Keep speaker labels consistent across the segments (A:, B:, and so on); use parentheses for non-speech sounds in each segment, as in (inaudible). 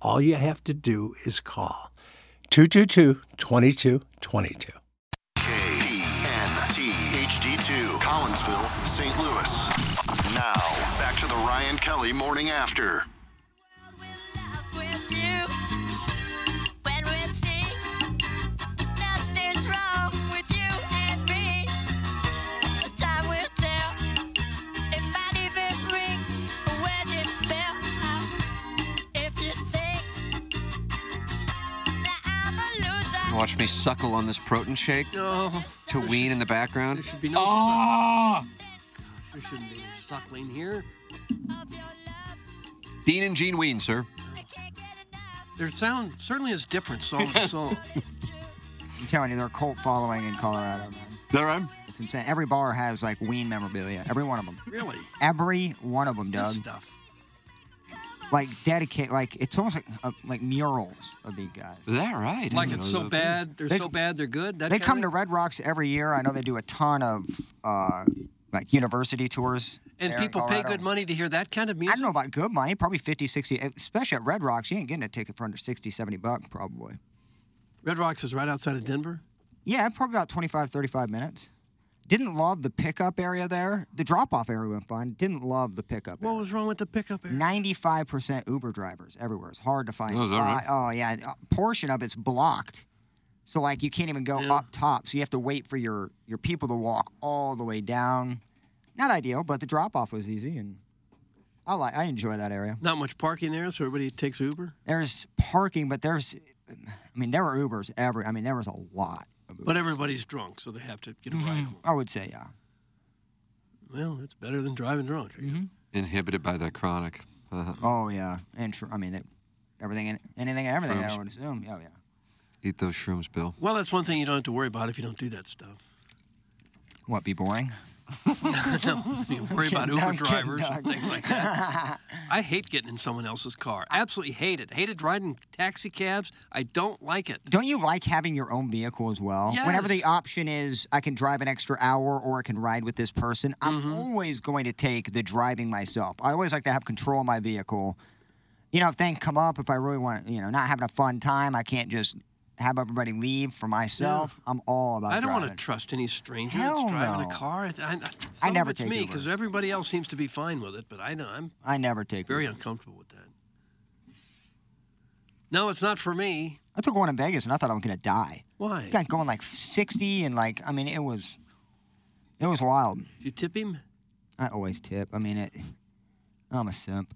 A: All you have to do is call 222 2222.
B: KNTHD2, Collinsville, St. Louis. Now, back to the Ryan Kelly Morning After.
C: Watch me suckle on this protein shake
A: Oh,
C: to wean in the background.
A: should be no oh!
D: Ah!
A: There shouldn't be any suckling here.
C: Dean and Gene Ween, sir.
A: Their sound certainly is different song
D: (laughs)
A: to song.
E: I'm telling you, they're a cult following in Colorado, man.
C: There I am.
E: It's insane. Every bar has like Ween memorabilia. Every one of them.
A: really?
E: Every one of them,
A: Good
E: Doug.
A: stuff.
E: Like dedicate, like it's almost like uh, like murals of these guys.
C: Is that right?
D: Like
C: I didn't
D: it's
C: know
D: so
C: that.
D: bad, they're
E: They-
D: so bad, they're good. That
E: They
D: kinda
E: come to
D: thing?
E: Red Rocks every year. I know they do a ton of uh, like university tours.
D: and
E: there in
D: people pay
E: Colorado.
D: good money to hear that kind of
E: I
D: music.
E: don't know about good money, probably 50, 60, especially at Red Rocks. You ain't getting a ticket for under 60, 70 bucks, probably.
D: Red Rocks is right outside of Denver.
E: Yeah, probably about 25, 35 minutes. Didn't love the pickup area there. The drop off area went fine. Didn't love the pickup
A: What
E: area.
A: was wrong with the pickup area?
E: 95% Uber drivers everywhere. It's hard to find
C: Oh,
E: a
C: is that right?
E: spot. Oh, yeah. A portion of it's blocked. So, like, you can't even go up top. So, you have to wait for your, your people to walk all the way down. Not ideal, but the drop off was easy. And I, like, I enjoy that area.
A: Not much parking there, so everybody takes Uber.
E: There's parking, but there's, I mean, there were Ubers every, I mean, there was a lot. Of Ubers.
A: But everybody's drunk, so they have to get a
D: Mm-hmm.
A: ride home.
E: I would say, yeah.
A: Well, it's better than driving drunk. I guess.
D: Mm-hmm.
C: Inhibited by the chronic. Uh-huh.
E: Oh yeah, and tr- I mean it, everything, and anything, and everything. I would assume. Oh, Yeah, yeah.
C: Eat those shrooms, Bill.
A: Well, that's one thing you don't have to worry about if you don't do that stuff.
E: What be boring?
A: (laughs) You worry about
E: kidding,
A: Uber
E: I'm kidding,
A: drivers and
E: Doug.
A: things like that.
E: (laughs)
A: I hate getting in someone else's car. Absolutely hate it. Hated riding taxi cabs. I don't like it.
E: Don't you like having your own vehicle as well? Whenever the
A: Yes.
E: option is, I can drive an extra hour or I can ride with this person. I'm
A: Mm-hmm.
E: always going to take the driving myself. I always like to have control of my vehicle. You know, if things come up, if I really want, you know, not having a fun time, I can't just have everybody leave for myself. I'm all about.
A: I don't want to
E: driving.
A: trust any stranger
E: Hell
A: that's driving
E: no.
A: a car. I, I, some of
E: never
A: it's
E: take
A: me because
E: Ubers.
A: everybody else seems to be fine with it, but I know I'm
E: I never take.
A: very
E: Uber.
A: uncomfortable with that. No, it's not for me.
E: I took one in Vegas and I thought I was gonna die.
A: Why?
E: got going like 60 and like I mean it was it was wild.
A: Did you tip him?
E: I always tip. I mean it I'm a simp.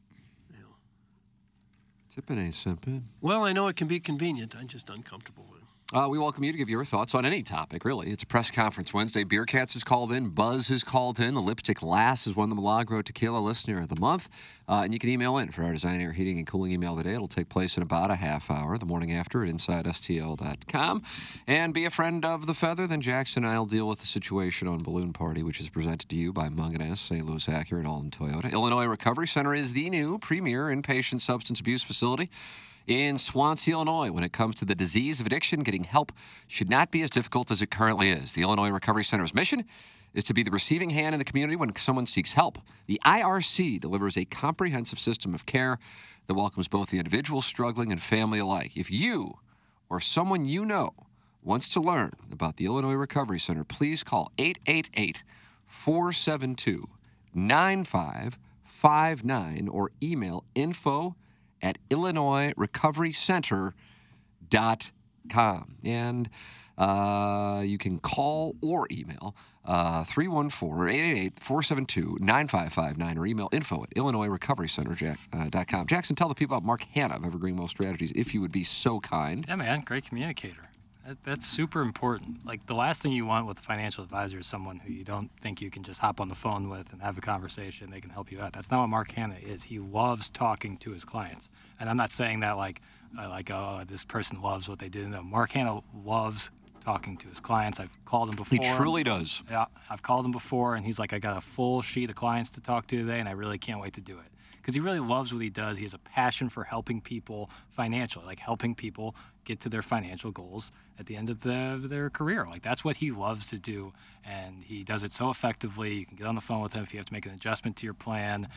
C: Tipping ain't simping.
A: Well, I know it can be convenient. I'm just uncomfortable with it.
C: Uh, we welcome you to give your thoughts on any topic, really. It's a press conference Wednesday. Beer Cats is called in. Buzz is called in. The Lipstick Lass has won the Milagro Tequila Listener of the Month. Uh, and you can email in for our Design Air Heating and Cooling email today. It'll take place in about a half hour, the morning after, at InsideSTL.com. And be a friend of the feather. Then Jackson and I'll deal with the situation on Balloon Party, which is presented to you by Munganess, St. Louis Acura, and Alden Toyota. Illinois Recovery Center is the new premier inpatient substance abuse facility in Swansea, Illinois, when it comes to the disease of addiction, getting help should not be as difficult as it currently is. The Illinois Recovery Center's mission is to be the receiving hand in the community when someone seeks help. The IRC delivers a comprehensive system of care that welcomes both the individual struggling and family alike. If you or someone you know wants to learn about the Illinois Recovery Center, please call 888 472 9559 or email info at illinoisrecoverycenter.com. And Uh, you can call or email uh, 314 888 472 9559 or email info at illinoisrecoverycenter.com. Jackson, tell the people about Mark Hanna of Evergreen Wealth Strategies if you would be so kind.
F: Yeah, man, great communicator. That, that's super important. Like the last thing you want with a financial advisor is someone who you don't think you can just hop on the phone with and have a conversation. They can help you out. That's not what Mark Hanna is. He loves talking to his clients, and I'm not saying that like uh, like oh this person loves what they do. No, Mark Hanna loves talking to his clients. I've called him
C: He
F: before.
C: truly does.
F: Yeah, I've called him before, and he's like, I got a full sheet of clients to talk to today, and I really can't wait to do it. Because he really loves what he does. He has a passion for helping people financially, like helping people get to their financial goals at the end of the, their career. Like, that's what he loves to do. And he does it so effectively. You can get on the phone with him if you have to make an adjustment to your plan,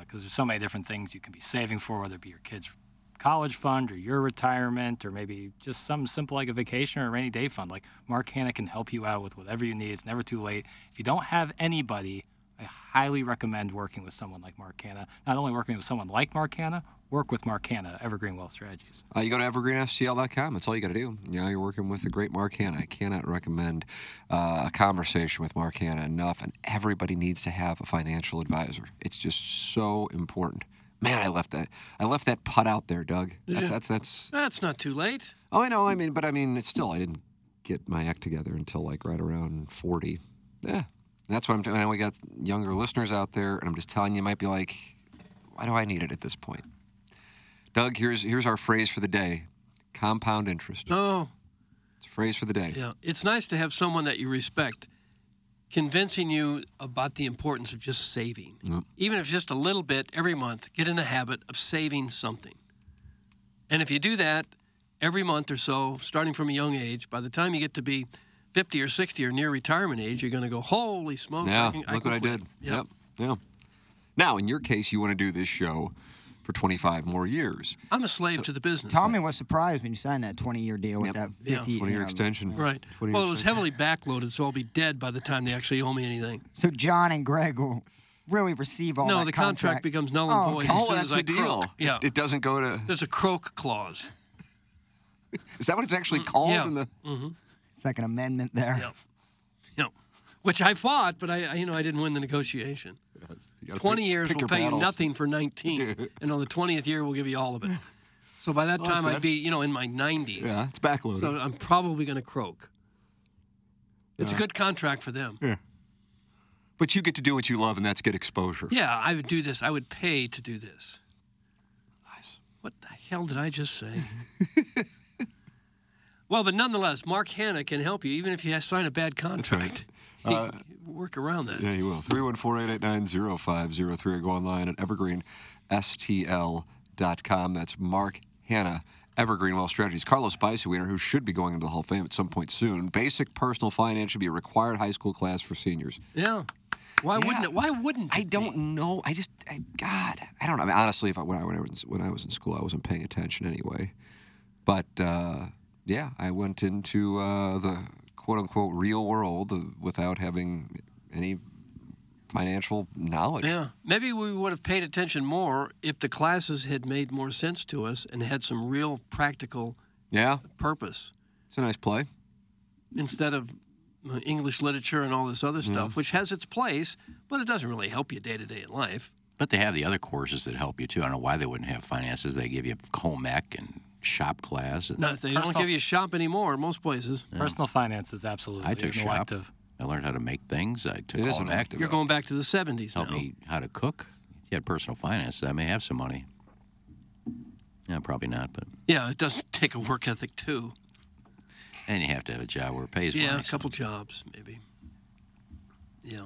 F: because there's so many different things you can be saving for, whether it be your kids' college fund or your retirement or maybe just something simple like a vacation or a rainy day fund. Like Mark Hanna can help you out with whatever you need. It's never too late. If you don't have anybody, I highly recommend working with someone like Mark Hanna. Not only working with someone like Mark Hanna, work with Mark Hanna, Evergreen Wealth Strategies.
C: Uh, you go to evergreenfcl.com. That's all you got to do. You know, you're working with the great Mark Hanna. I cannot recommend uh, a conversation with Mark Hanna enough. And everybody needs to have a financial advisor. It's just so important. Man, I left that. I left that putt out there, Doug. That's that's that's.
D: That's not too late.
C: Oh, I know. I mean, but I mean, it's still. I didn't get my act together until like right around forty. Yeah, that's what I'm doing. I know we got younger listeners out there, and I'm just telling you, you might be like, why do I need it at this point? Doug, here's here's our phrase for the day: compound interest.
D: Oh,
C: It's a phrase for the day.
D: yeah. It's nice to have someone that you respect convincing you about the importance of just saving. Even if it's just a little bit every month, get in the habit of saving something. And if you do that every month or so, starting from a young age, by the time you get to be 50 or 60 or near retirement age, you're going to go, holy smokes. I
C: Yeah,
D: can-
C: look
D: can
C: what I
D: quit."
C: did. Yep. Yeah. Now, in your case, you want to do this show for 25 more years.
D: I'm a slave to the business.
E: Tommy was surprised when you signed that 20 year deal with that 50
C: 20 year
E: um,
C: extension.
D: Right.
C: 20
D: Well, it was
C: extension.
D: heavily backloaded, so I'll be dead by the time they actually owe me anything.
E: So John and Greg will really receive all
D: no,
E: that
D: the contract, becomes null and
E: Oh,
D: void. as
E: okay.
C: Oh,
D: soon
C: that's
D: as I
C: the deal.
D: croak. Yeah.
C: It doesn't go to.
D: There's a croak clause.
C: Is that what it's actually called?
D: Mm, yeah.
C: In the,
E: Second Amendment there.
D: You know, which I fought, but I, I- you know, I didn't win the negotiation.
C: you gotta
D: 20
C: pick-
D: years
C: pick
D: will
C: your
D: pay
C: battles.
D: you nothing
C: (laughs)
D: for 19, and on the 20th year we'll give you all of it. So by that time I'd be, you know, in my 90s.
C: Yeah, it's backloaded.
D: So I'm probably going to croak. It's a good contract for them. Yeah.
C: but you get to do what you love, and that's get exposure.
D: I would do this. I would pay to do this. What the hell did I just say? (laughs) well, but nonetheless, Mark Hanna can help you, even if you sign a bad contract. He- work around that.
C: Uh, Yeah, you will. 314-889-0503 or go online at evergreenstl.com. That's Mark Hanna, Evergreen Wealth Strategies. Carlos Spicer, winner, who should be going into the Hall of Fame at some point soon. Basic personal finance should be a required high school class for seniors.
D: Yeah. Why wouldn't it? Why wouldn't
C: I
D: it be?
C: don't know. I just, I, God, I don't know. I mean, honestly, if I, when, I, when, I was, when I was in school, I wasn't paying attention anyway. But uh, yeah, I went into uh, the quote unquote real world uh, without having any financial knowledge.
D: Yeah. Maybe we would have paid attention more if the classes had made more sense to us and had some real practical
C: Yeah,
D: purpose
C: it's a nice play.
D: instead of uh, English literature and all this other stuff, which has its place, but it doesn't really help you day to day in life.
G: But they have the other courses that help you too. I don't know why they wouldn't have finances. They give you home ec and shop class. And
D: No, they don't
F: Personal-
D: give you shop anymore in most places.
F: Personal finance is absolutely
G: I took
F: an
G: shop.
F: elective.
G: I learned how to make things. I took
C: It is
G: home
C: an
G: ec.
C: active
D: You're going back to the 70s
G: Helped
D: now.
G: me how to cook. If you had personal finance, I may have some money. Yeah, probably not. But
D: Yeah, it does take a work ethic too.
G: and you have to have a job where it pays
D: yeah,
G: money.
D: a couple jobs maybe. Yeah.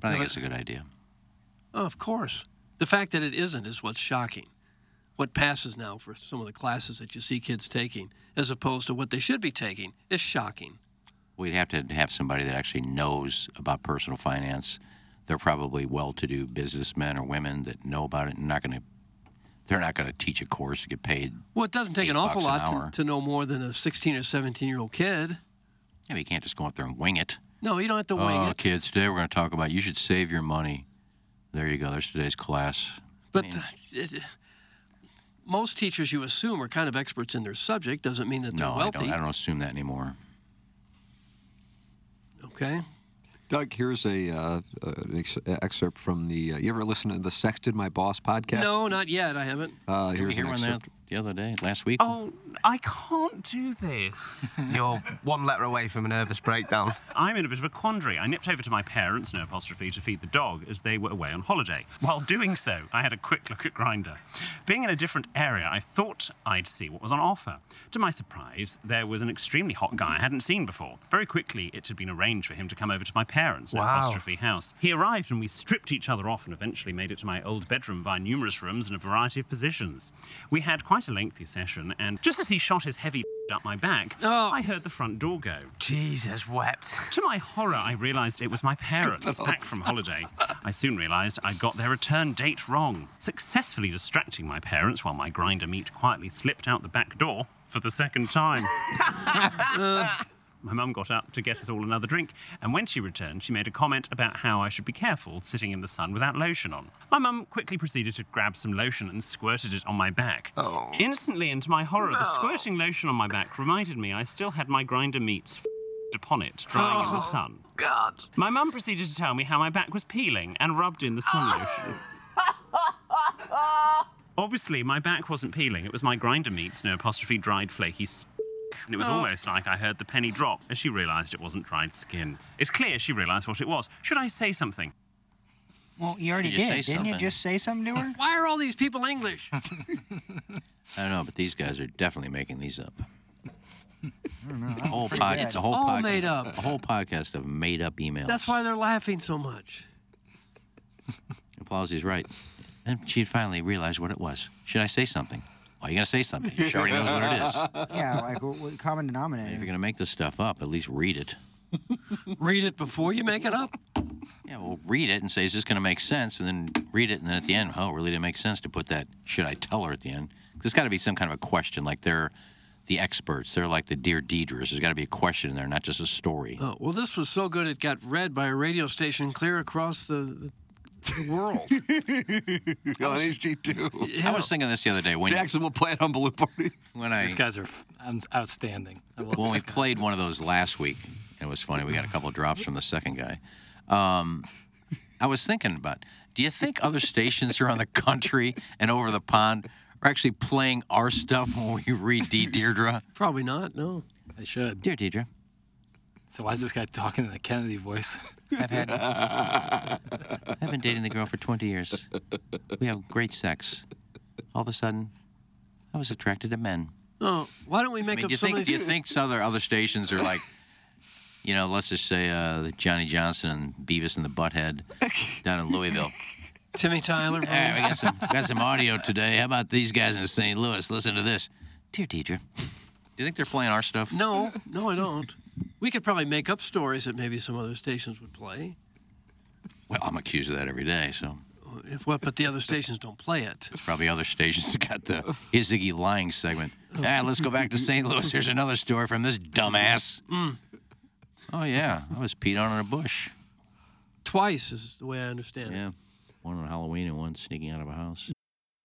G: But I think it's a good idea.
D: Oh, of course. The fact that it isn't is what's shocking. What passes now for some of the classes that you see kids taking, as opposed to what they should be taking, is shocking.
G: We'd have to have somebody that actually knows about personal finance. They're probably well-to-do businessmen or women that know about it and not going to. They're not going to teach a course to get paid.
D: Well, it doesn't take an
G: Eight
D: awful
G: bucks an
D: lot
G: hour.
D: to, to know more than a 16 or 17 year old kid.
G: Yeah, but you can't just go up there and wing it.
D: No, you don't have to wing
G: Oh,
D: it.
G: kids, today we're going to talk about you should save your money. There you go. There's today's class.
D: But th- it- most teachers you assume are kind of experts in their subject. Doesn't mean that they're
G: No, I
D: wealthy.
G: don't. I don't assume that anymore.
D: Okay.
C: Doug, here's a uh, uh, an ex- excerpt from the. Uh, you ever listen to the Sexted My Boss podcast?
D: No, not yet. I haven't.
C: Uh,
E: Did we
C: here's
E: hear
C: an
E: one there
C: excerpt.
E: the other day, last week?
F: Oh, I can't do this.
G: (laughs) You're one letter away from a nervous breakdown.
F: I'm in a bit of a quandary. I nipped over to my parents, no apostrophe, to feed the dog as they were away on holiday. While doing so, I had a quick look at Grinder. Being in a different area, I thought I'd see what was on offer. To my surprise, there was an extremely hot guy I hadn't seen before. Very quickly, it had been arranged for him to come over to my parents, no
G: Wow.
F: apostrophe, house. He arrived and we stripped each other off and eventually made it to my old bedroom via numerous rooms and a variety of positions. We had quite a lengthy session, and just as he shot his heavy (laughs) up my back,
D: Oh,
F: I heard the front door go.
G: Jesus wept.
F: To my horror, I realised it was my parents back from holiday. I soon realised I'd got their return date wrong, successfully distracting my parents while my grinder meat quietly slipped out the back door for the second time. my mum got up to get us all another drink, and when she returned, she made a comment about how I should be careful sitting in the sun without lotion on. My mum quickly proceeded to grab some lotion and squirted it on my back. Instantly, and to my horror, the squirting lotion on my back reminded me I still had my grinder meats upon it, drying in the sun.
G: God.
F: My mum proceeded to tell me how my back was peeling and rubbed in the sun lotion. Obviously, my back wasn't peeling. It was my grinder meats, no apostrophe, dried flaky s- and it was almost like I heard the penny drop as she realised it wasn't dried skin. It's clear she realised what it was. Should I say something?
H: Well, you already
E: You
H: did.
E: say
H: Didn't you
E: something.
H: just say something to
E: (laughs)
H: her?
D: (laughs) Why are all these people English?
E: I don't know, but these guys are definitely making these up. The whole
H: pretty
E: pod,
H: good.
E: it's a whole
D: All
E: podcast,
D: made up.
E: a whole podcast of made up emails.
D: That's why they're laughing so much.
E: Applause, he's right. And she finally realized what it was. Should I say something? Why are you gonna say something? She already knows what it is. (laughs)
H: yeah, like what, what common
E: If you're
H: denominator?
E: gonna make this stuff up, at least read it.
D: Read it before you make it up.
E: Yeah, well, read it and say, is this gonna make sense? And then read it, and then at the end, oh, it really didn't make sense to put that. Should I tell her at the end? 'Cause There's got to be some kind of a question. Like they're the experts. They're like the dear Deidres. There's got to be a question in there, not just a story.
D: Oh, well, this was so good it got read by a radio station clear across the, the world.
C: Oh, (laughs) on HG2.
E: I was thinking this the other day when
C: Jackson will play it on Balloon Party.
E: when I
I: These guys are f- un- outstanding. I love
E: when we
I: these guys.
E: played one of those last week, and it was funny. We got a couple of drops from the second guy. Um, I was thinking about. Do you think other stations around the country and over the pond are actually playing our stuff when we read D. Deirdre?
D: Probably not, no.
I: They should.
E: Dear Deirdre,
I: So why is this guy talking in a Kennedy voice?
E: I've had I've been dating the girl for 20 years. We have great sex. All of a sudden, I was attracted to men.
D: Oh, why don't we make
E: I mean,
D: up
E: do you
D: some
E: think
D: of
E: do you
D: these?
E: think some other other stations are like, you know, let's just say uh, the Johnny Johnson and Beavis and the Butthead
D: (laughs)
E: down in Louisville.
D: Timmy
E: (laughs)
D: Tyler.
E: All right, we got some got some audio today. How about these guys in St. Louis? Listen to this, dear Deidre. Do you think they're playing our stuff?
D: no, no, I don't. We could probably make up stories that maybe some other stations would play.
E: Well, I'm accused of that every day, so
D: If what, but the other stations don't play it.
E: there's probably other
C: (laughs)
E: stations that got the Izzy lying segment. All right, let's go back to St. Louis. Here's another story from this dumbass. Oh yeah, I was peed on in a bush.
D: Twice is the way I understand it.
E: Yeah, one on Halloween and one sneaking out of a house.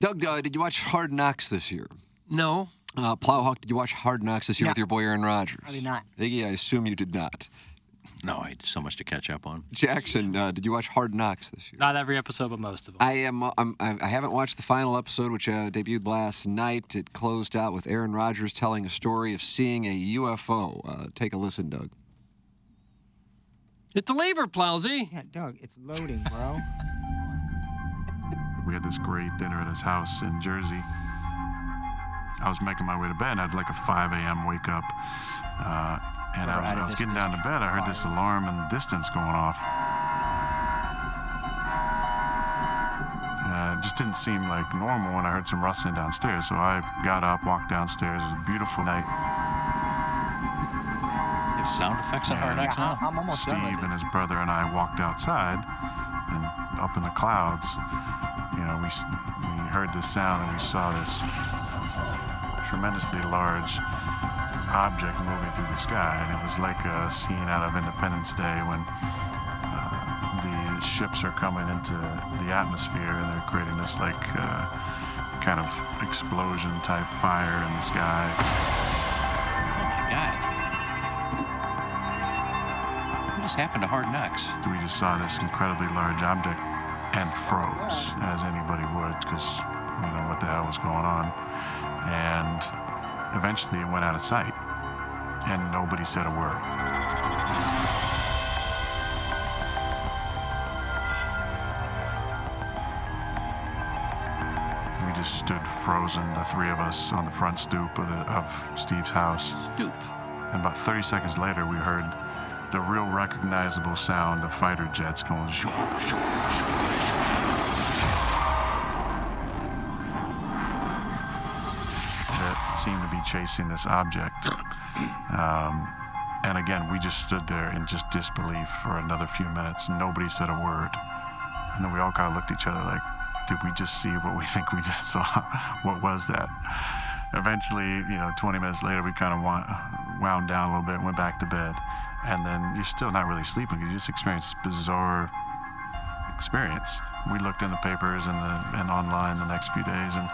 C: Doug, uh, did you watch Hard Knocks this year?
D: No,
C: Uh, Plowhawk, did you watch Hard Knocks this year
H: No.
C: with your boy Aaron Rodgers?
H: Probably not.
C: Iggy, I assume you did not.
E: No, I had so much to catch up on.
C: Jackson, uh, did you watch Hard Knocks this year?
I: Not every episode, but most of them.
C: I am. uh, I'm, I I haven't watched the final episode, which uh, debuted last night. It closed out with Aaron Rodgers telling a story of seeing a UFO. Uh, take a listen, Doug.
D: hit the lever, Plowsy.
H: Yeah, Doug, it's loading, bro.
G: We had this great dinner at his house in Jersey. I was making my way to bed. I had like a 5 a.m. wake up. Uh, and
H: Never had
G: I was, I
H: it
G: was
H: this
G: getting down to
H: much.
G: bed. I heard this
H: Fire.
G: alarm in the distance going off. Uh, it just didn't seem like normal, and I heard some rustling downstairs. So I got up, walked downstairs. It was a beautiful night.
E: It
G: Sound effects on Hard Knocks now?
J: Steve and his brother and I walked outside, and up in the clouds, you know, we, s- we heard this sound and we saw this tremendously large object moving through the sky, and it was like a scene out of Independence Day when uh, the ships are coming into the atmosphere and they're creating this like uh, kind of explosion type fire in the sky. Oh
G: my God. What just happened to Hard Knocks?
J: We just saw this incredibly large object and froze, as anybody would, because you know what the hell was going on. And eventually it went out of sight, and nobody said a word. We just stood frozen, the three of us, on the front stoop of, the, of Steve's house.
D: Stoop.
J: And about 30 seconds later, we heard the real recognizable sound of fighter jets going. Shoo, shoo, shoo, that seemed to be chasing this object. Um, and again, we just stood there in just disbelief for another few minutes. Nobody said a word. And then we all kind of looked at each other like, did we just see what we think we just saw? what was that? Eventually, you know, 20 minutes later, we kind of wa- wound down a little bit, went back to bed. And then you're still not really sleeping because you just experienced this bizarre experience. We looked in the papers and, the, and online the next few days, and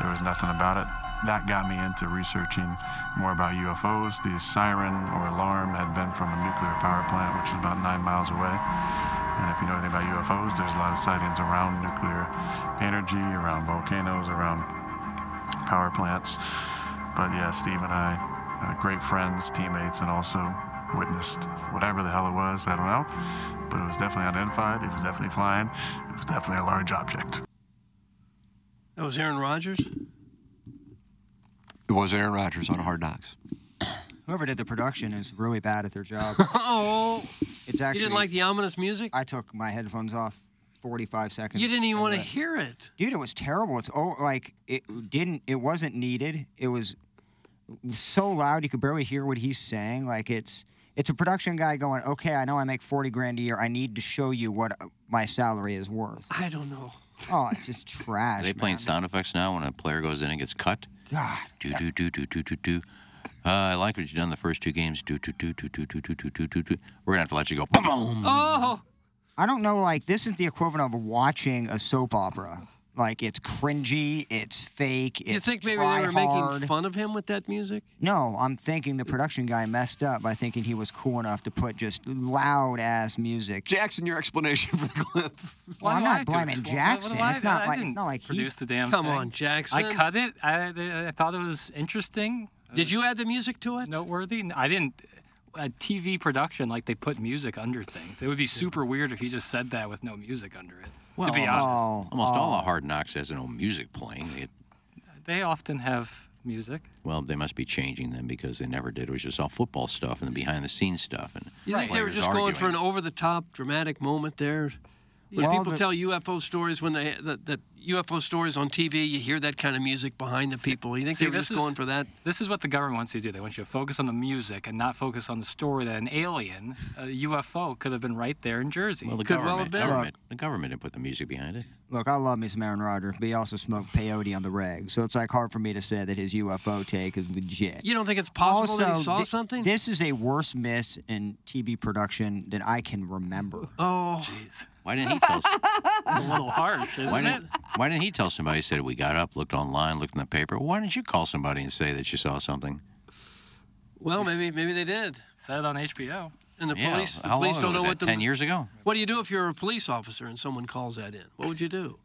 J: there was nothing about it. That got me into researching more about UFOs. The siren or alarm had been from a nuclear power plant, which was about nine miles away. And if you know anything about UFOs, there's a lot of sightings around nuclear energy, around volcanoes, around power plants. But yeah, Steve and I, uh, great friends, teammates, and also witnessed whatever the hell it was. I don't know. But it was definitely unidentified. It was definitely flying. It was definitely a large object.
D: That was Aaron Rodgers.
C: It was Aaron Rodgers on Hard Knocks.
E: Whoever did the production is really bad at
G: (laughs)
E: their job.
D: oh,
E: it's actually.
D: you didn't like the ominous music?
E: I took my headphones off 45 seconds.
D: You didn't even
E: into
D: want to
E: it.
D: hear it.
E: Dude, it was terrible. It's oh, like it didn't. It wasn't needed. It was so loud you could barely hear what he's saying. Like it's it's a production guy going, okay, I know I make 40 grand a year. I need to show you what uh, my salary is worth.
D: I don't know.
E: Oh,
G: (laughs)
E: it's just
G: Are
E: trash.
G: they playing sound effects now when a player goes in and gets cut?
E: God.
G: Do do do do do do do. Uh, I like what you've done the first two games. Do do do do do do do do do do do. We're gonna have to let you go. Boom.
E: Hmm.
G: boom.
D: Oh.
E: I don't know. Like this is the equivalent of watching a soap opera. Like it's cringy. It's fake. It's
D: you think maybe they were
E: try-hard.
D: making fun of him with that music?
E: No, I'm thinking the production guy messed up by thinking he was cool enough to put just loud ass music.
C: Jackson, your explanation for the clip.
E: Well, I'm
F: do I
E: not
F: have to
E: blaming
F: explain?
E: Jackson.
F: What do I-
E: It's not
F: I
E: like,
F: didn't
E: not like he-
F: produce the damn
D: Come
F: thing.
D: on, Jackson.
F: I cut it. I, I thought it was interesting.
D: Did you add the music to it?
F: Noteworthy. I didn't. A TV production, like they put music under things. It would be super weird if he just said that with no music under it. to be honest,
G: almost, almost all of Hard Knocks has no music playing. It,
F: they often have music.
G: well, they must be changing them because they never did. It was just all football stuff and the behind the scenes stuff. And
D: You think they were
G: players
D: just going for
G: arguing.
D: an over the top dramatic moment there? When
G: Well,
D: people
G: the-
D: tell UFO stories when they that, that UFO stories on TV, you hear that kind of music behind the people. You think
F: See,
D: they were
F: this
D: just
F: is-
D: going for that?
F: This is what the government wants you to do. They want you to focus on the music and not focus on the story that an alien, a UFO, could have been right there in Jersey.
G: Well, the government, government, the government didn't put the music behind it.
E: Look, I love me some Aaron Rodgers, but he also smoked peyote on the reg, so it's like hard for me to say that his UFO take is legit.
D: You don't think it's possible that he saw
E: thi-
D: something?
E: This is a worse miss in TV production than I can remember.
D: Oh,
F: jeez.
G: Why didn't he
D: (laughs)
G: tell?
F: It's a little harsh, isn't
G: Why
F: it?
G: didn't, why didn't he tell somebody? He said we got up, looked online, looked in the paper. Why didn't you call somebody and say that you saw something?
D: Well, maybe maybe they did.
F: Said it on HBO.
D: And the
G: Yeah,
D: police, the
G: how
D: police
G: long
D: don't
G: ago
D: know
G: was
D: what
G: that?
D: to-
G: 10 years
C: (laughs)
G: ago?
D: What do you do if you're a police officer and someone calls that in? What would you do?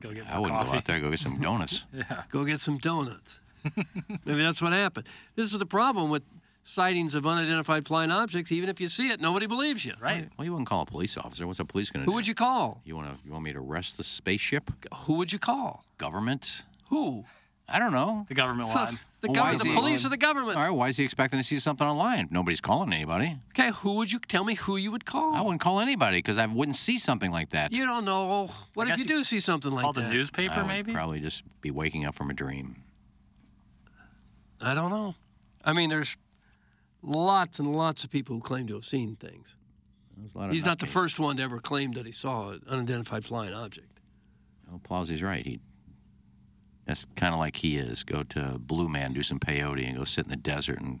F: Go get
G: I wouldn't go out there and go get some donuts.
D: Yeah. Go get some donuts. (laughs) Maybe that's what happened. This is the problem with sightings of unidentified flying objects. Even if you see it, nobody believes you, right?
G: Well, you wouldn't call a police officer. What's a police going to do?
D: Who would you call?
G: You want to? You want me to arrest the spaceship?
D: Who would you call?
G: Government.
D: Who?
G: I don't know.
F: The
G: (laughs)
F: government
D: So, line. (laughs) the gov- the police or the government?
G: All right. Why is he expecting to see something online? Nobody's calling anybody.
D: Okay, who would you tell me who you would call?
G: I wouldn't call anybody because I wouldn't see something like that.
D: You don't know. What if you do see something like that?
G: I would Probably just be waking up from a dream.
D: I don't know. I mean, there's lots and lots of people who claim to have seen things. He's not the first one to ever claim that he saw an unidentified flying object.
G: Well, Plowsy's right. He that's kind of like he is. Go to Blue Man, do some peyote, and go sit in the desert and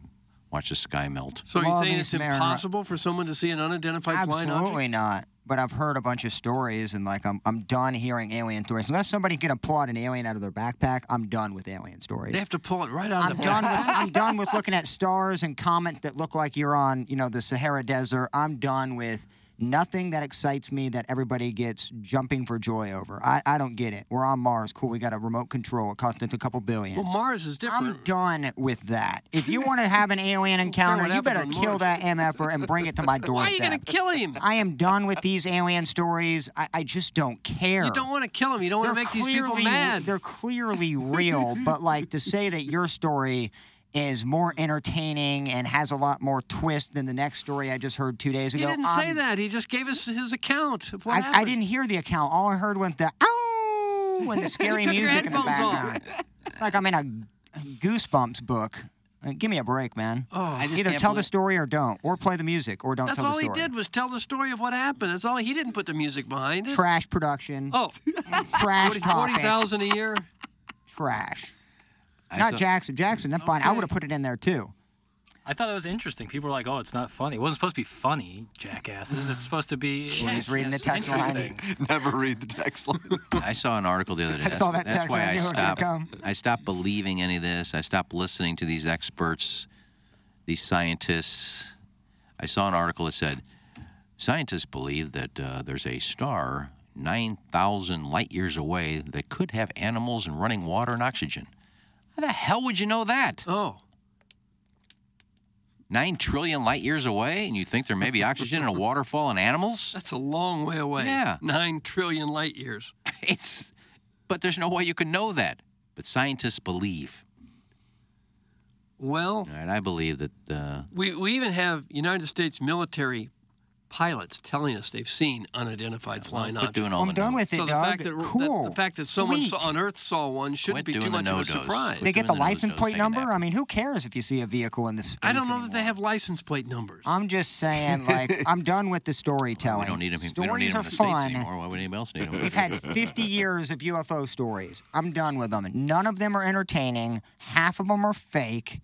G: watch the sky melt.
D: So you're saying it's impossible for someone to see an unidentified flying object?
E: Absolutely not. But I've heard a bunch of stories, and like I'm, I'm done hearing alien stories. Unless somebody can applaud an alien out of their backpack, I'm done with alien stories.
D: They have to pull it right out
E: I'm
D: of the
E: done with I'm done with looking at stars and comets that look like you're on, you know, the Sahara Desert. I'm done with nothing that excites me that everybody gets jumping for joy over. I, I don't get it. We're on Mars. Cool, we got a remote control. It costs us a couple billion.
D: Well, Mars is different.
E: I'm done with that. If
D: (laughs)
E: you want to have an alien encounter, you better kill that MFer and bring it to my
D: (laughs)
E: doorstep.
D: Why are you going to kill him?
E: I am done with these alien stories. I, I just don't care.
D: You don't want to kill him. You don't want to make these people mad.
E: They're clearly real, but like to say that your story is more entertaining and has a lot more twist than the next story I just heard two days
D: He
E: ago. um,
D: didn't say that. He just gave us his account of what
E: I, I
D: happened.
E: didn't hear the account. All I heard was the ow
D: (laughs)
E: and the scary
D: You took your
E: music in the
D: headphones off.
E: background. like I'm in a Goosebumps book. Like, give me a break, man.
D: Oh, I just
E: Either
D: can't
E: tell the
D: believe-
E: story or don't, or play the music or don't
D: That's
E: tell the
D: all
E: story.
D: he did was tell the story of what happened. That's all. He didn't put the music behind it.
E: Trash production.
D: Oh,
E: trash topic.
D: 40000 a year.
E: Trash.
F: I
E: Not
F: thought-
E: Jackson. Jackson, that's fine. I would have put it in there too.
F: I thought that was interesting. People were like, "Oh, it's not funny. It wasn't supposed to be funny, jackasses. It's
G: (laughs)
F: supposed to be."
E: Well, he's reading the
F: Jackasses.
E: text line.
F: Interesting.
G: Never read the text line. I saw an article the other day.
E: I saw that
G: That's- That's
E: text
G: why
E: line. I
G: I
E: knew it was gonna come.
G: stopped. I stopped believing any of this. I stopped listening to these experts, these scientists. I saw an article that said scientists believe that uh, there's a star 9,000 light years away that could have animals and running water and oxygen. How the hell would you know that?
D: Oh.
G: Nine trillion light years away, and you think there may be oxygen
D: (laughs)
G: in a waterfall and animals?
D: That's a long way away.
G: Yeah.
D: Nine trillion light years.
G: It's, but there's no way you can know that. But scientists believe.
D: Well,
G: All right, I believe that. Uh,
D: we, we even have United States military pilots telling us they've seen unidentified flying
G: quit
D: objects.
G: doing all I'm the done no-
E: with it,
D: so the
E: Doug.
D: Fact that, that
E: Cool.
D: the fact that someone
E: Sweet.
D: saw, on Earth saw one shouldn't be too
G: doing the
D: much of a
G: no-dos.
D: surprise.
E: They get the license plate number. I mean, who cares if you see a vehicle in the space?
D: I don't know that they have license plate numbers.
E: I'm just saying, like,
G: (laughs)
E: I'm done with the storytelling.
G: we don't need them. We
E: Stories
G: don't need them
E: are
G: in the
E: fun.
G: states anymore. Why would anybody else need them?
E: We've had 50 years of UFO stories. I'm done with them. None of them are entertaining. Half of them are fake.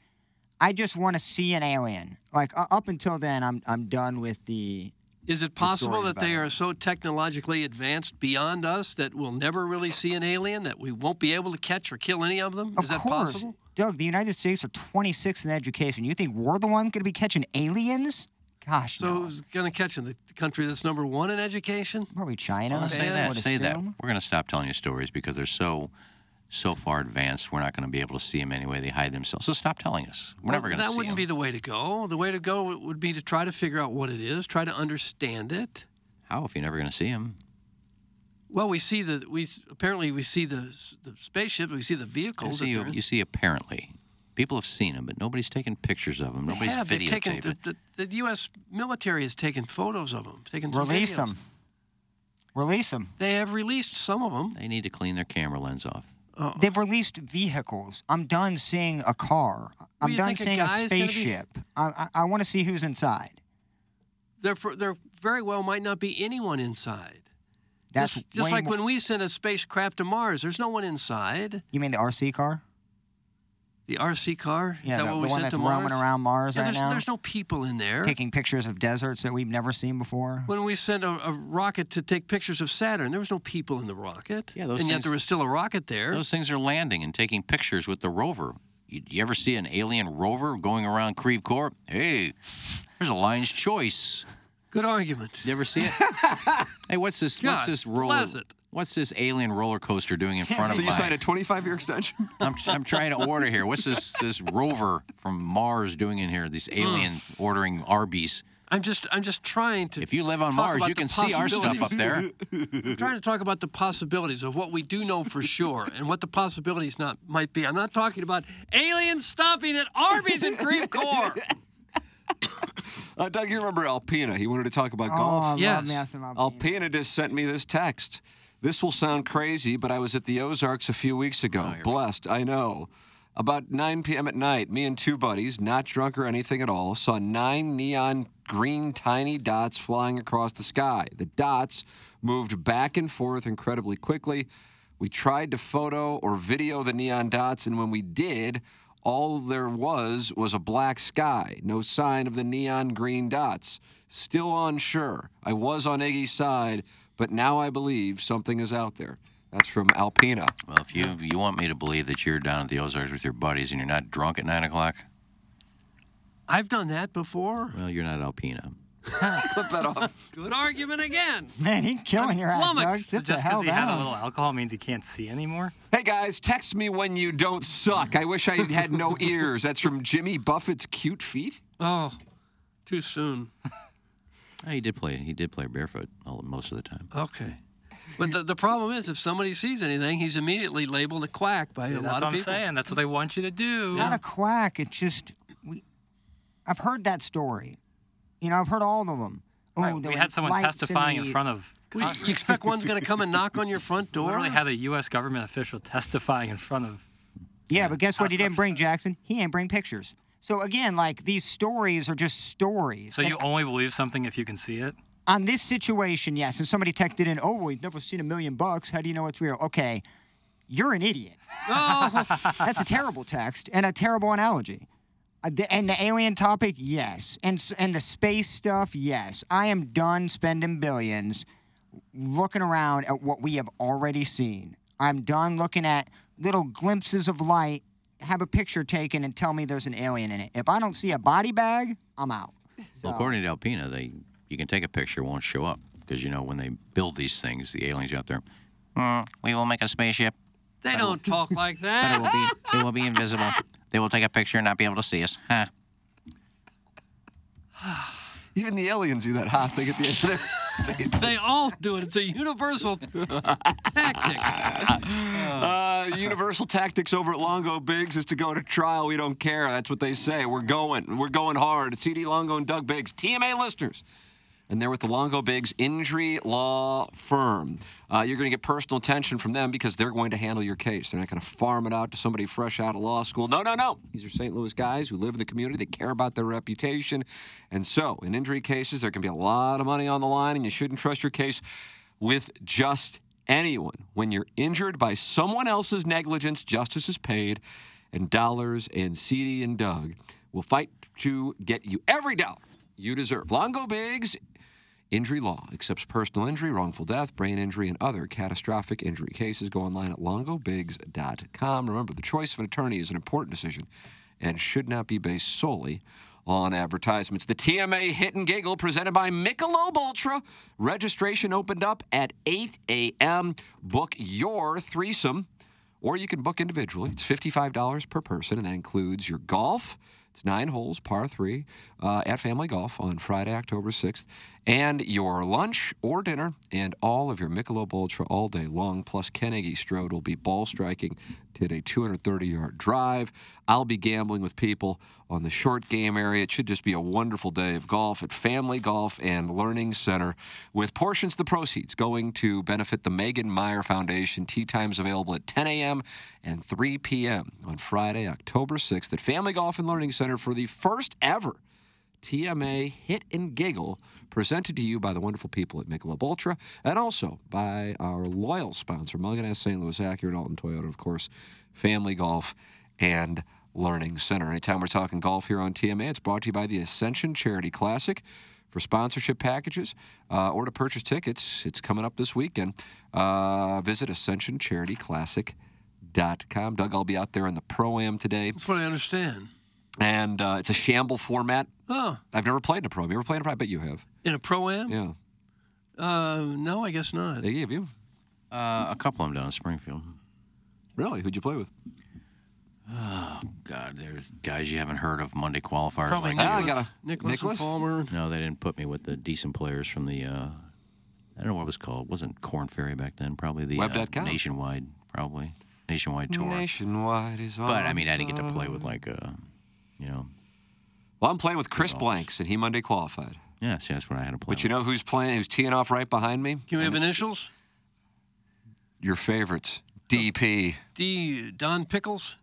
E: I just want to see an alien. Like u- up until then, I'm I'm done with the.
D: Is it
E: the stories
D: possible that
E: about
D: they
E: it.
D: are so technologically advanced beyond us that we'll never really see an alien, that we won't be able to catch or kill any of them?
E: Of
D: Is that
E: course.
D: possible?
E: Doug, the United States are 26 in education. You think we're the ones going to be catching aliens? Gosh,
D: So who's going to catch in the country that's number one in education?
E: Probably China.
G: say that. Say that. We're going to stop telling you stories because they're so, so far advanced. We're not going to be able to see them anyway. They hide themselves. So stop telling us. We're never
D: Well,
G: going to
D: That
G: see
D: wouldn't
G: them.
D: be the way to go. The way to go would- would be to try to figure out what it is, try to understand it.
G: How if you're never going to see them?
D: Well, we see the we s- apparently we see the s- the spaceships, we see the
G: You
D: vehicles. that
G: see,
D: they're in.
G: you see. Apparently, people have seen them, but nobody's taken pictures of them.
D: They
G: Nobody's
D: have. They've taken
G: videotaped
D: the,
G: it.
D: the, the U.S. military has taken photos of them, taken some
E: Release
D: videos.
E: them. Release them.
D: They have released some of them.
G: They need to clean their camera lens off.
E: They've released vehicles. I'm done seeing a car. I'm
D: you
E: done
D: think a
E: seeing a,
D: guy is gonna be-
E: spaceship. I, I, I want to see who's inside.
D: There, for- there very well might not be anyone inside.
E: That's
D: just just
E: way
D: like
E: more-
D: when we sent a spacecraft to Mars, there's no one inside.
E: You mean the RC car?
D: The RC car,
E: Yeah,
D: is that
E: the,
D: what
E: the
D: we
E: one
D: sent
E: that's
D: to Mars?
E: roaming around Mars
D: yeah,
E: right
D: there's,
E: now,
D: There's no people in there.
E: taking pictures of deserts that we've never seen before.
D: When we sent a, a rocket to take pictures of Saturn, there was no people in the rocket.
G: Yeah, those
D: and yet
G: things-
D: there was still a rocket there.
G: Those things are landing and taking pictures with the rover. You, you ever see an alien rover going around Creve Corps? Hey, there's a lion's choice.
D: Good argument.
G: You ever see
D: (laughs)
G: it? hey, what's this? what's
D: God
G: this roller?
D: bless it.
G: What's this alien roller coaster doing in front
K: so
G: of
K: you
G: my?
K: signed a 25 year extension?
G: I'm, I'm trying to order here. What's this this rover from Mars doing in here? This alien ordering Arby's.
D: I'm just I'm just trying to.
G: If you live on
D: talk
G: Mars,
D: about
G: you
D: the
G: can see our stuff up there.
D: possibilities. I'm trying to talk about the possibilities of what we do know
E: (laughs)
D: for sure and what the possibilities not might be. I'm not talking about alien stuffing at Arby's and Creve
E: (laughs)
D: Corps.
K: Uh, Doug, you remember Alpina? He wanted to talk about
E: (laughs) Oh,
K: golf.
E: I love Yes. me some Alpina.
K: just sent me this text. This will sound crazy, but I was at the Ozarks a few weeks ago. Blessed, I know.
C: About 9 p.m. at night, me and two buddies, not drunk or anything at all, saw nine neon green tiny dots flying across the sky. The dots moved back and forth incredibly quickly. We tried to photo or video the neon dots, and when we did, all there was was a black sky, no sign of the neon green dots. Still unsure. I was on Iggy's side, but now I believe something is out there. That's from Alpina.
G: Well, if you you want me to believe that you're down at the Ozarks with your buddies and you're not drunk at nine o'clock,
D: I've done that before.
G: well, you're not Alpina.
D: Clip that off. Good argument again.
E: Man, he's killing your ass,
D: flummoxed.
E: dog.
D: So
E: Sit
F: just because
E: the hell
F: he had a
E: down.
F: little alcohol means he can't see anymore.
C: Hey guys, text me when you don't suck. I wish I had no ears. That's from Jimmy Buffett's cute feet.
D: Oh, too soon.
G: Oh, he did play. He did play barefoot all, most of the time.
D: Okay. But the, the problem is, if somebody sees anything, he's immediately labeled a quack by
F: See,
D: a
F: that's
D: lot
F: what
D: of
F: I'm
D: people.
F: saying. That's what they want you to do.
E: Not a quack. It's just we. I've heard that story. You know, I've heard all of them. Oh,
F: Right,
E: there
F: we
E: were
F: had someone
E: lights
F: testifying in
E: the-
F: front of. Congress.
D: You expect one's going to come and knock on your front door?
F: Literally had a U.S. government official testifying in front of.
E: Yeah, but guess what? He didn't bring Jackson. He ain't bring pictures. So again, like these stories are just stories.
F: So
E: And
F: you only believe something if you can see it.
E: on this situation, yes, and somebody texted in, oh, we've never seen a million bucks. How do you know it's real? Okay, you're an idiot.
D: Oh.
E: That's a terrible text and a terrible analogy. Uh, the- And the alien topic, yes. And, s- and the space stuff, yes. I am done spending billions looking around at what we have already seen. I'm done looking at little glimpses of light, have a picture taken, and tell me there's an alien in it. If I don't see a body bag, I'm out.
G: Well, according to Alpina, they you can take a picture, it won't show up because you know when they build these things, the aliens out there. "Hmm, we will make a spaceship,
D: They don't talk like
G: but it
D: that.
G: will
D: (laughs)
G: be it will be invisible. They will take a picture and not be able to see us. Huh.
C: Even the aliens do that hot thing at the end of their statement.
D: They all do it. It's a universal tactic.
C: Uh, universal tactics over at Longo Biggs is to go to trial. We don't care. That's what they say. We're going. We're going hard. CD Longo and Doug Biggs, TMA listeners. And they're with the Longo Biggs Injury Law Firm. Uh, you're going to get personal attention from them because they're going to handle your case. They're not going to farm it out to somebody fresh out of law school. No, no, no. These are St. Louis guys who live in the community. They care about their reputation. And so, in injury cases, there can be a lot of money on the line, and you shouldn't trust your case with just anyone. When you're injured by someone else's negligence, justice is paid, and dollars and CD and Doug will fight to get you every dollar you deserve. Longo Biggs Injury Law accepts personal injury, wrongful death, brain injury, and other catastrophic injury cases. Go online at longobigs.com. Remember, the choice of an attorney is an important decision and should not be based solely on advertisements. The TMA Hit and Giggle presented by Michelob Ultra. Registration opened up at 8 a.m. Book your threesome, or you can book individually. It's $55 per person, and that includes your golf. It's nine holes, par three, uh, at Family Golf on Friday, October 6th, and your lunch or dinner, and all of your Michelob Ultra all day long. Plus, Kennedy Strode will be ball striking, did a 230 yard drive. I'll be gambling with people on the short game area. It should just be a wonderful day of golf at Family Golf and Learning Center, with portions of the proceeds going to benefit the Megan Meyer Foundation. Tea times available at 10 a.m. and 3 p.m. on Friday, October 6th at Family Golf and Learning Center for the first ever TMA Hit and Giggle, presented to you by the wonderful people at Michelob Ultra, and also by our loyal sponsor, Munganess St. Louis Acura and Alton Toyota, of course, Family Golf and Learning Center. Anytime we're talking golf here on TMA, it's brought to you by the Ascension Charity Classic. For sponsorship packages uh, or to purchase tickets, it's coming up this weekend. Uh, visit ascensioncharityclassic.com. Doug, I'll be out there in the pro am today,
D: That's what I understand.
C: and uh, it's a shamble format.
D: Oh,
C: I've never played in a pro. Have you ever played in a pro? I bet you have.
D: in a pro am?
C: Yeah.
D: Uh, no, I guess not.
C: They gave you?
G: Uh, a couple of them down in Springfield.
C: Really? Who'd you play with?
G: Oh God, there's guys you haven't heard of Monday qualifiers.
D: Probably
G: like
C: Ah,
D: Nicholas,
G: you.
D: Nicholas,
C: Nicholas?
D: And Palmer.
G: No, they didn't put me with the decent players from the. Uh, I don't know what it was called. It wasn't Corn Ferry back then. Probably the
C: Web
G: uh,
C: dot com.
G: nationwide. Probably nationwide tour.
C: Nationwide is on.
G: but I mean, I didn't get to play with like uh, you know.
C: Well, I'm playing with Chris Blanks, and he Monday qualified.
G: Yeah, see, that's what I had to play.
C: But you know who's playing? Who's teeing off right behind me?
D: Can we have initials?
C: Your favorites, DP.
D: D. Don Pickles.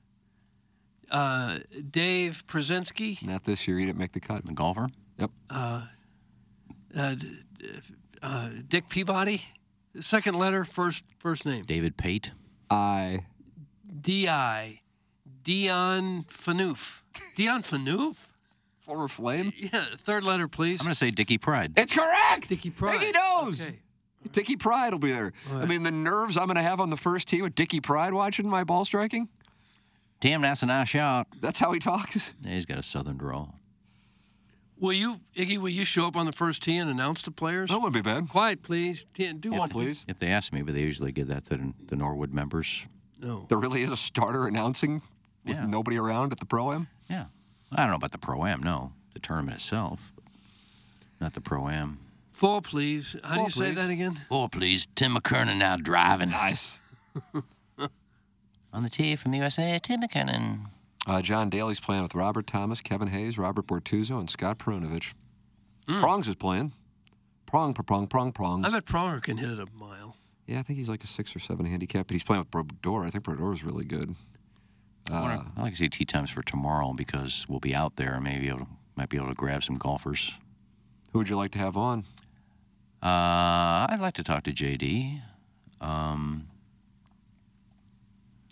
D: uh, Dave Przezinski.
C: Not this year. He didn't make the cut. The
G: golfer?
C: Yep.
D: Uh, uh, d- d- uh, Dick Peabody. Second letter, first first name.
G: David Pate.
C: I.
D: D.I. Dion Phaneuf. Dion Phaneuf?
C: Former Flame?
D: Yeah, third letter, please.
G: I'm going to say Dickie Pride.
C: It's correct.
D: Dickie Pride.
C: Dickie knows. Dickie Pride will be there. I mean, the nerves I'm going to have on the first tee with Dickie Pride watching my ball striking.
G: Damn, that's a nice shot.
C: That's how he talks.
G: Yeah, he's got a southern drawl.
D: Will you, Iggy, will you show up on the first tee and announce the players? That
C: wouldn't be bad.
D: Quiet, please. T- Do one,
G: If they ask me, but they usually give that to the Norwood members.
D: No.
C: There really is a starter announcing with
G: Yeah.
C: nobody around at the pro am.
G: Yeah. I don't know about the pro am. No, the tournament itself, not the pro am.
D: Four, please. How do you say that again?
G: Four, Oh, please. Tim McKernan now driving. Nice. On the tee from the USA, Tim McKernan.
C: Uh, John Daly's playing with Robert Thomas, Kevin Hayes, Robert Bortuzzo, and Scott Perunovich. Prongs is playing. Prong, prong, prong, prong.
D: Hmm. I bet Pronger can hit it a mile.
C: Yeah, I think he's like a six or seven handicap, but he's playing with Brodor. I think Brodor is really good. Uh,
G: I wanna- I'd like to see tee times for tomorrow because we'll be out there and maybe able to, might be able to grab some golfers.
C: Who would you like to have on?
G: Uh, I'd like to talk to JD. Um,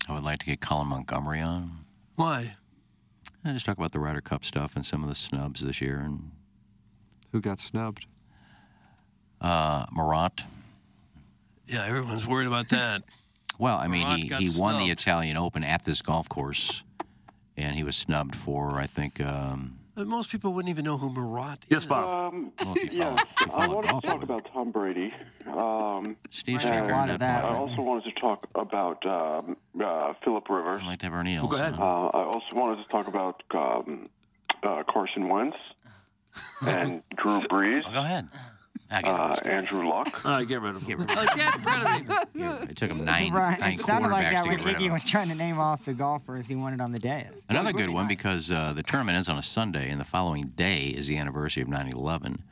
G: I would like to get Colin Montgomery on.
D: Why?
G: I just talk about the Ryder Cup stuff and some of the snubs this year and
C: who got snubbed.
G: Uh, Marat.
D: Yeah, everyone's worried about that.
G: (laughs) Well, I mean,
D: Marat
G: he,
D: got
G: he won the
D: snubbed.
G: Italian Open at this golf course, and he was snubbed for I think um,
D: But most people wouldn't even know who Marat is.
G: Yes, Bob.
L: Um,
G: Well, if you
L: yeah, I wanted to talk about Tom Brady. Um,
G: Steve's
L: and
G: figuring out that
L: I
G: part.
L: also wanted to talk about um, uh, Philip Rivers.
G: I'd like to have Ernie Ellis.
L: Uh, I also wanted to talk about um, uh, Carson Wentz and Drew Brees.
G: Oh, go ahead.
L: Uh, Andrew Luck.
G: get rid of him. It took him nine,
E: Right.
G: nine
E: It sounded
G: quarterbacks
E: like that
G: to
E: when
G: get rid of
E: Iggy
G: him.
E: was trying to name off the golfers he wanted on the day.
G: (laughs) Another good one because uh, the tournament ends on a Sunday, and the following day is the anniversary of 9 11.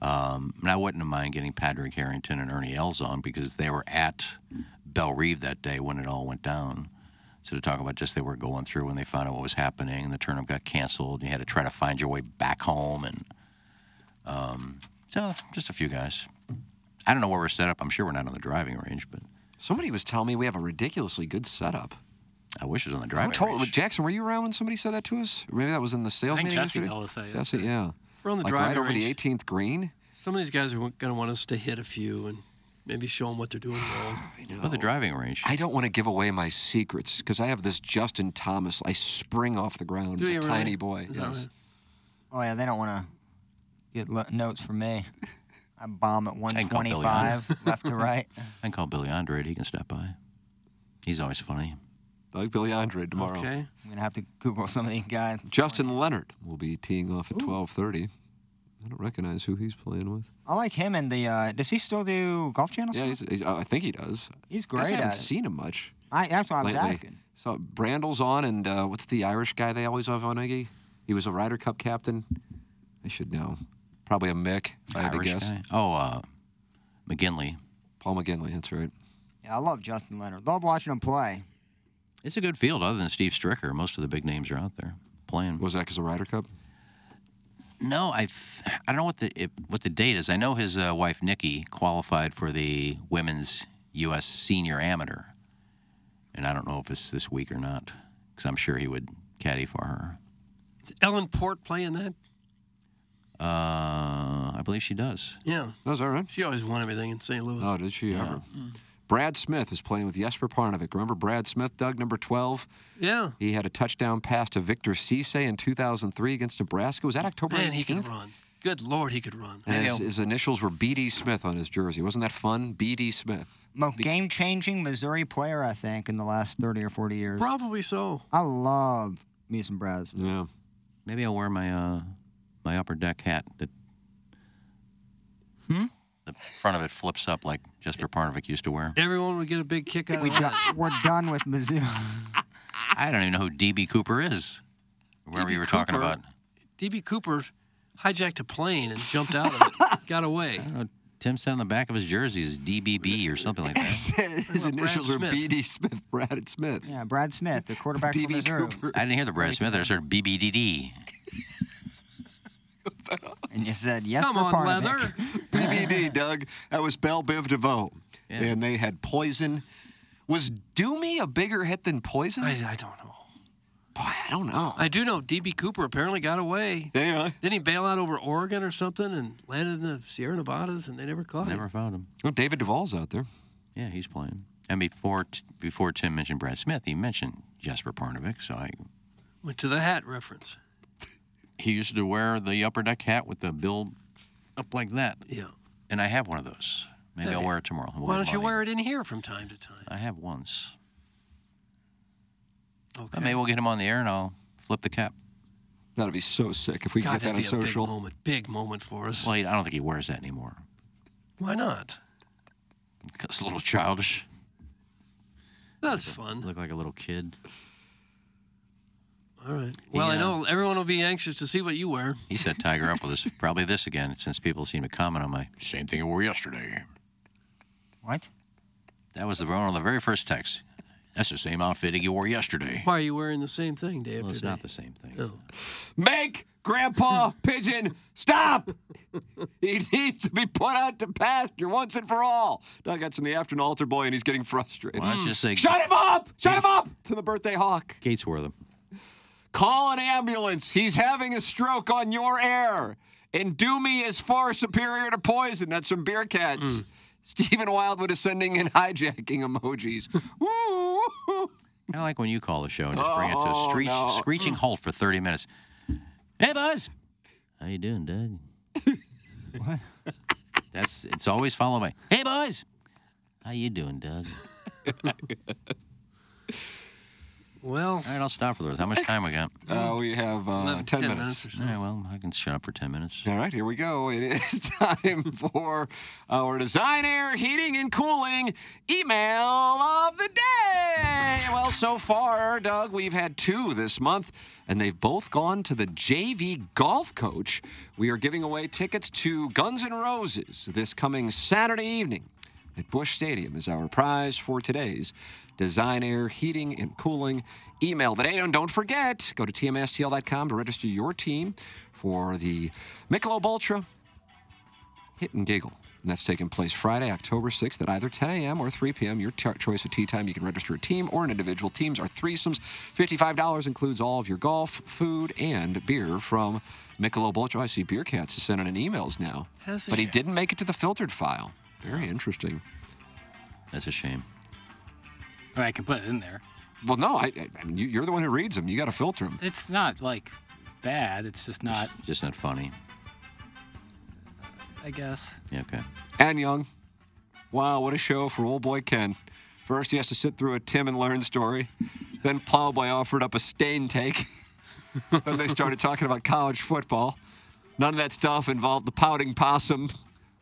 G: Um, and I wouldn't mind getting Patrick Harrington and Ernie Els on because they were at Belle Reeve that day when it all went down. So to talk about just they were going through when they found out what was happening, and the tournament got canceled, and you had to try to find your way back home, and um, so just a few guys. I don't know where we're set up. I'm sure we're not on the driving range, but
C: somebody was telling me we have a ridiculously good setup.
G: I wish it was on the driving
C: Who told,
G: range.
C: Jackson, were you around when somebody said that to us? Or maybe that was in the sales
D: think
C: meeting.
D: Jesse
C: yesterday?
D: told us that
C: Jesse,
D: yesterday.
C: yeah.
D: We're on the
C: like
D: driving
C: right over the
D: range.
C: 18th green.
D: Some of these guys are going to want us to hit a few and maybe show them what they're doing wrong.
G: But the driving range.
C: I don't want to give away my secrets because I have this Justin Thomas. I spring off the ground
E: Do
C: as a
E: you really?
C: tiny boy.
E: Is that right? Oh yeah, they don't want to get le- notes
C: (laughs)
E: from me. I bomb at
G: I can call Billy
E: 125
G: Andre.
E: left to right.
G: I can call Billy Andre. He can stop by. He's always funny.
C: Like Billy Andre tomorrow.
D: Okay.
E: I'm gonna have to Google some of these guys.
C: Justin Leonard will be teeing off at 12:30. I don't recognize who he's playing with.
E: I like him and the. Uh, does he still do Golf Channel?
C: Yeah,
E: stuff?
C: he's, he's, I think he does.
E: He's
C: Guess
E: great
C: I haven't
E: at it.
C: seen him much
E: I, that's why I was
C: lately.
E: asking.
C: So Brandel's on, and uh, what's the Irish guy they always have on Iggy? He was a Ryder Cup captain. I should know. Probably a Mick. If I had to
G: Irish
C: guess.
G: guy? Oh, uh, McGinley.
C: Paul McGinley. That's right.
E: Yeah, I love Justin Leonard. Love watching him play.
G: It's a good field, other than Steve Stricker. Most of the big names are out there playing.
C: Was that because of Ryder Cup?
G: No, I th- I don't know what the it, what the date is. I know his uh, wife Nikki qualified for the women's U.S. Senior Amateur, and I don't know if it's this week or not because I'm sure he would caddy for her.
D: Is (sighs) Ellen Port playing that?
G: Uh, I believe she does.
D: Yeah.
C: That's all right.
D: She always won everything in St. Louis.
C: Oh, did she
D: Yeah. Mm.
C: ever? Brad Smith is playing with Jesper Parnovic. Remember Brad Smith, Doug, number 12?
D: Yeah.
C: He had a touchdown pass to Victor Cisse in 2003 against Nebraska. Was that October
D: Man,
C: 18th?
D: he could run. Good Lord, he could run.
C: And his, his initials were BD Smith on his jersey. Wasn't that fun? BD Smith.
E: Most game-changing Missouri player, I think, in the last 30 or 40 years.
D: Probably so.
E: I love me some Brads.
C: Yeah.
G: Maybe I'll wear my uh, my upper deck hat. That
E: Hmm?
G: the front of it flips up like Jesper Parnovic used to wear.
D: Everyone would get a big kick out
E: We
D: of
E: do,
D: that. (laughs)
E: we're done with Mizzou. (laughs)
G: I don't even know who DB Cooper is. Wherever
D: DB
G: you were talking
C: (laughs)
D: Cooper?
G: about.
D: DB Cooper hijacked a plane and jumped out of it, got away.
G: I don't know. Tim said on the back of his jersey is DBB or something like that.
C: His initials are BD Smith, Brad Smith.
E: Yeah, Brad Smith, the quarterback from
C: DB
E: Missouri.
C: Cooper.
G: I didn't hear the Brad Smith. I just heard BBDD.
E: And you said, yes,
C: Come
E: we're
C: on,
E: part of it.
C: Leather. BBD, Doug. That was Belle Biv DeVoe. And they had Poison. Was Do Me a bigger hit than Poison? I,
D: I don't
C: know. Boy, I don't know.
D: I do know DB Cooper apparently got away.
C: Yeah.
D: Didn't he bail out over Oregon or something and landed in the Sierra Nevadas and they never caught him?
G: Never found him.
C: Well, David Duvall's out there.
G: Yeah, he's playing. And before t- before Tim mentioned Brad Smith, he mentioned Jesper Parnovic. So I,
D: Went to the hat reference.
G: he used to wear the upper deck hat with the bill up like that.
D: Yeah.
G: And I have one of those. Maybe I'll
D: Hey.
G: wear it tomorrow. We'll
D: Why
G: get
D: don't you
G: Molly.
D: wear it in here from time to time?
G: I have once.
D: Okay.
G: But Maybe we'll get him on the air and I'll flip the cap.
C: That'd be so sick if we
D: God, that'd be a big moment. Big moment for us.
G: Well, he- I don't think he wears that anymore.
D: Why not?
G: It's a little childish.
D: That's fun.
G: Look like a little kid.
D: All right. Well, I
G: Yeah.
D: know everyone will be anxious to see what you wear.
G: He set Tiger up with us probably this again, since people seem to comment on my same thing I wore yesterday.
E: What?
G: That was the one of the very first texts. That's the same outfit he wore yesterday.
D: Why are you wearing the same thing day after
G: Well, it's
D: day?
G: not the same thing.
E: Oh.
C: Make Grandpa Pigeon stop! he needs to be put out to pasture once and for all. Doug got in the afternoon altar boy and he's getting frustrated. Mm.
G: Why don't you say-
C: Shut him up! Shut him up! To the birthday hawk.
G: Gates wore them.
C: Call an ambulance. He's having a stroke on your air. And Doomy is far superior to poison. That's from Beer
G: Mm.
C: Cats. Stephen Wildwood is sending in (laughs) hijacking emojis. Woo! (laughs)
G: Kind of like when you call the show and just bring it to a
C: Oh,
G: screech,
C: no.
G: screeching halt for 30 minutes. Hey, Buzz. How you doing,
E: (laughs)
G: Doug? what? That's it's always follow me. Hey, Buzz. How you doing, Doug?
D: well, all
G: right, I'll stop for those. How much time we got?
C: Uh, we have uh, 10, minutes.
G: All right, well, I can shut up for 10 minutes.
C: All right, here we go. (laughs) It is time for our design, air, heating, and cooling email of the day. Well, so far, Doug, we've had two this month, and they've both gone to the JV golf coach. We are giving away tickets to Guns N' Roses this coming Saturday evening at Bush Stadium is our prize for today's Design Air Heating and Cooling email. But hey, and don't forget, go to tmstl.com to register your team for the Michelob Ultra Hit and Giggle. And that's taking place Friday, October 6th at either 10 a.m. or 3 p.m. Your t- choice of tea time. You can register a team or an individual. Teams are threesomes. $55 includes all of your golf, food, and beer from Michelob Ultra. I see Beer Cats is sending in emails now.
D: Has he?
C: But he didn't make it to the filtered file. Very interesting.
G: That's a shame.
F: I mean, I can put it in there.
C: Well, no, I, I- I mean, you- you're the one who reads them. You got to filter them.
F: It's not like bad. It's just not.
G: Just not funny.
F: I guess.
G: Yeah, okay.
C: And Young. Wow, what a show for old boy Ken. First, he has to sit through a Tim and Learn story. Then Plowboy offered up a stain take. (laughs) then they started talking about college football. None of that stuff involved the pouting possum,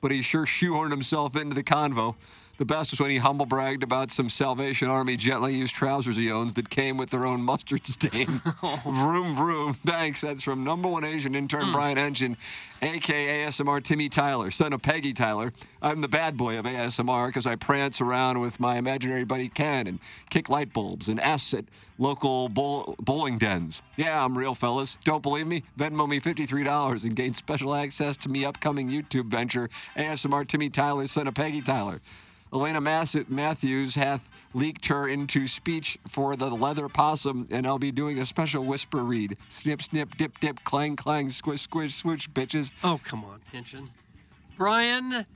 C: but he sure shoehorned himself into the convo. The best was when he humble bragged about some Salvation Army gently used trousers he owns that came with their own mustard stain. vroom, vroom. Thanks. That's from number one Asian intern Brian Engine, aka ASMR Timmy Tyler, son of Peggy Tyler. I'm the bad boy of ASMR because I prance around with my imaginary buddy Ken and kick light bulbs and ass at local bowl- bowling dens. Yeah, I'm real, fellas. Don't believe me? Venmo me $53 and gain special access to me upcoming YouTube venture, ASMR Timmy Tyler, son of Peggy Tyler. Elena Mass- Matthews hath leaked her into speech for the leather possum, and I'll be doing a special whisper read. Snip, snip, dip, dip, clang, clang, squish, squish, switch, bitches.
D: Oh, come on, Hinchin. Brian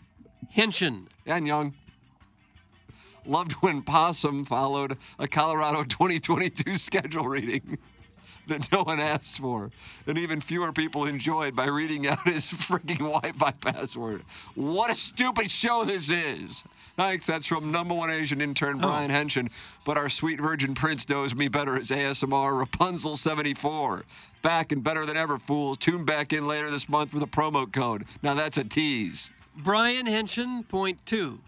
D: Hinchin.
C: And Young. Loved when Possum followed a Colorado (laughs) 2022 schedule reading (laughs) that no one asked for, and even fewer people enjoyed by reading out his (laughs) freaking Wi Fi password. What a stupid show this is! Thanks, that's from number one Asian intern Brian Henshin, but our sweet virgin prince knows me better as ASMR Rapunzel74. Back and better than ever, fools. Tune back in later this month for the promo code. Now that's a tease.
D: Brian Hinchin, point two.